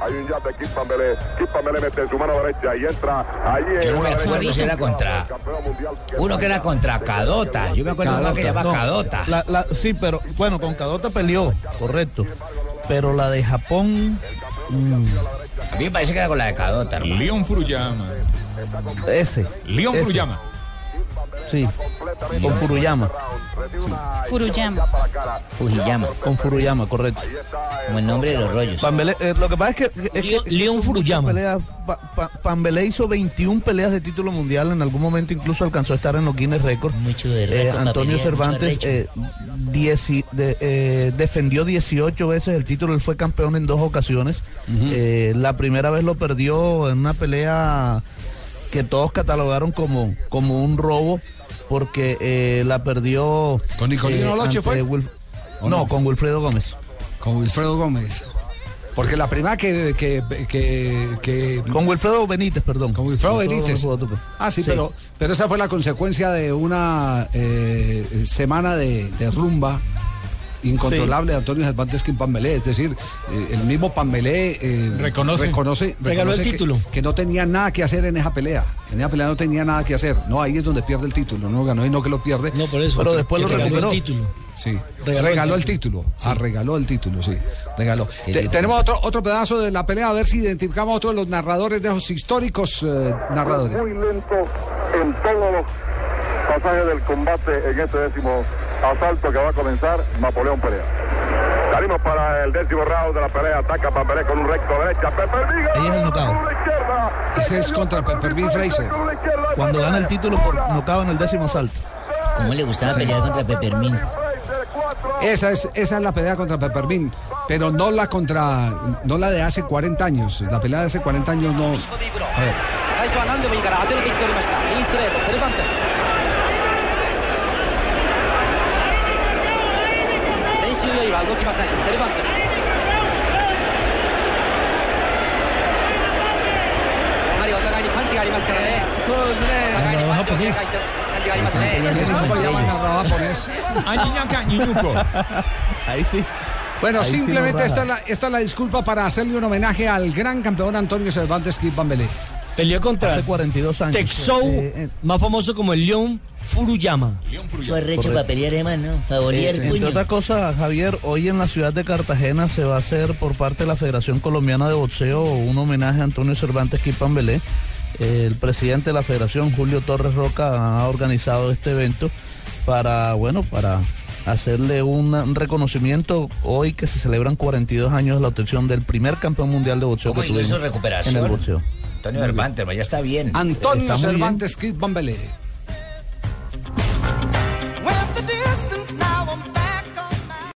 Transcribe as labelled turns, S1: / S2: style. S1: Hay un yate de Kimpambele. Kimpambele mete su mano derecha y entra. Allí
S2: Yo no
S1: una
S2: me acuerdo
S1: derecha
S2: si era
S1: buscando
S2: contra-
S1: al campeón mundial
S2: Uno que era contra Cadota. Yo me acuerdo de uno que llamaba Cadota.
S3: La- la- sí, pero bueno, con Cadota peleó, correcto. Pero la de Japón,
S2: A mí me parece que era con la de Cadota, hermano.
S4: León Furuyama.
S3: ese.
S4: León
S3: ese,
S4: Furuyama.
S3: Sí, con Furuyama.
S5: Furuyama.
S2: Fujiyama.
S3: Con Furuyama, correcto.
S2: Como el nombre de los rollos.
S3: Pambelé, eh, lo que pasa es que, es que-
S6: León Furuyama.
S3: pelea- Pa- Pa- Pambelé hizo 21 peleas de título mundial, en algún momento incluso alcanzó a estar en los Guinness Records.
S2: Mucho de
S3: Eh,
S2: récord,
S3: Antonio
S2: Pambelé,
S3: Cervantes
S2: mucho
S3: eh, dieci- de- eh, defendió 18 veces el título, él fue campeón en dos ocasiones. Eh, la primera vez lo perdió en una pelea que todos catalogaron como, como un robo, porque eh, la perdió... eh,
S7: ¿Con Nicolino Loche
S3: ante
S7: fue?
S3: Wilf-
S7: ¿O
S3: no,
S7: no?
S3: con Wilfredo Gómez.
S7: Con Wilfredo Gómez. Porque la primera que. que, que, que-
S3: Con Wilfredo Benítez, perdón.
S7: Mm. con Wilfredo
S3: Gómez
S7: Benítez.
S3: jugó otro. pues.
S7: Ah, sí, Pero, pero esa fue la consecuencia de una eh, semana de, de rumba incontrolable de Antonio Cervantes Quimpambelé. Es decir, eh, el mismo Pambelé eh,
S4: Reconoce.
S7: reconoce,
S6: Regaló el
S7: reconoce que-
S6: título.
S7: Que, no tenía nada que hacer en esa pelea. En esa pelea no tenía nada que hacer. No, ahí es donde pierde el título. No ganó y no que lo pierde.
S6: No, por eso.
S3: Pero después
S6: que
S3: lo
S6: regaló
S3: recuperó.
S6: el título.
S7: Sí,
S6: Regaló
S7: regaló,
S6: el
S7: el título. Ah, regaló el título, sí. Regaló.
S2: Qué
S7: Te-
S2: lindo.
S7: tenemos otro, otro pedazo de la pelea, a ver si identificamos a otro de los narradores de esos históricos eh, narradores.
S1: Muy lento en todos los pasajes del combate en este décimo asalto que va a comenzar Napoleón Perea. Salimos para el décimo round de la pelea. Ataca Pamperé con un recto derecha. Pepper Viga.
S3: Ahí es el knockout.
S1: Con una izquierda.
S7: Ese es
S1: Cayó
S7: contra
S1: con
S7: Pepper Big
S1: Big
S7: Fraser.
S1: Fraser con una izquierda.
S3: Cuando gana el título por
S1: Ahora,
S3: nocao en el décimo asalto.
S2: ¿Cómo le gustaba pelear contra Peppermint?
S1: Fraser, cuatro.
S7: Esa es, esa es la pelea contra Peppermint, pero no la contra, no la de hace 40 años. La pelea de hace 40 años no. A ver.
S8: 最初は何でもいいから当てるべき取りました右ストレートセルバンテ先週よりは動きませんセルバンテやはりお互いにパンチがありますからねそうですねお互いにパンチを繰り返してる感じがあります
S2: Están
S8: ね
S7: ¿Quién es
S2: peleando
S7: como
S2: contra
S7: llaman
S2: ellos.
S7: narrador japonés?
S4: Añiñaca, Ñiñuco.
S3: Ahí sí.
S7: Bueno,
S3: Ahí sí
S7: simplemente
S3: lo
S7: esta, es
S3: raja.
S7: la, esta es la disculpa para hacerle un homenaje al gran campeón Antonio Cervantes Kipambelé.
S6: Peleó contra
S3: Hace 42 años.
S6: Texou,
S3: Eh, eh,
S6: más famoso como el León Furuyama.
S2: Mucho arrecho para pelear, hermano. Favoría el
S3: Eh, Entre
S2: puño.
S3: otras cosas, Javier, hoy en la ciudad de Cartagena se va a hacer por parte de la Federación Colombiana de Boxeo un homenaje a Antonio Cervantes Quipambelé. Eh, El presidente de la federación, Julio Torres Roca, ha organizado este evento para, bueno, para hacerle una- un reconocimiento hoy que se celebran 42 años de la obtención del primer campeón mundial de boxeo
S2: ¿Cómo
S3: que
S2: hizo
S3: tuvimos
S2: su recuperación?
S3: en el boxeo.
S2: Antonio Cervantes, hermano, ya está bien.
S7: Antonio
S3: Está muy
S7: Cervantes Kipambelé.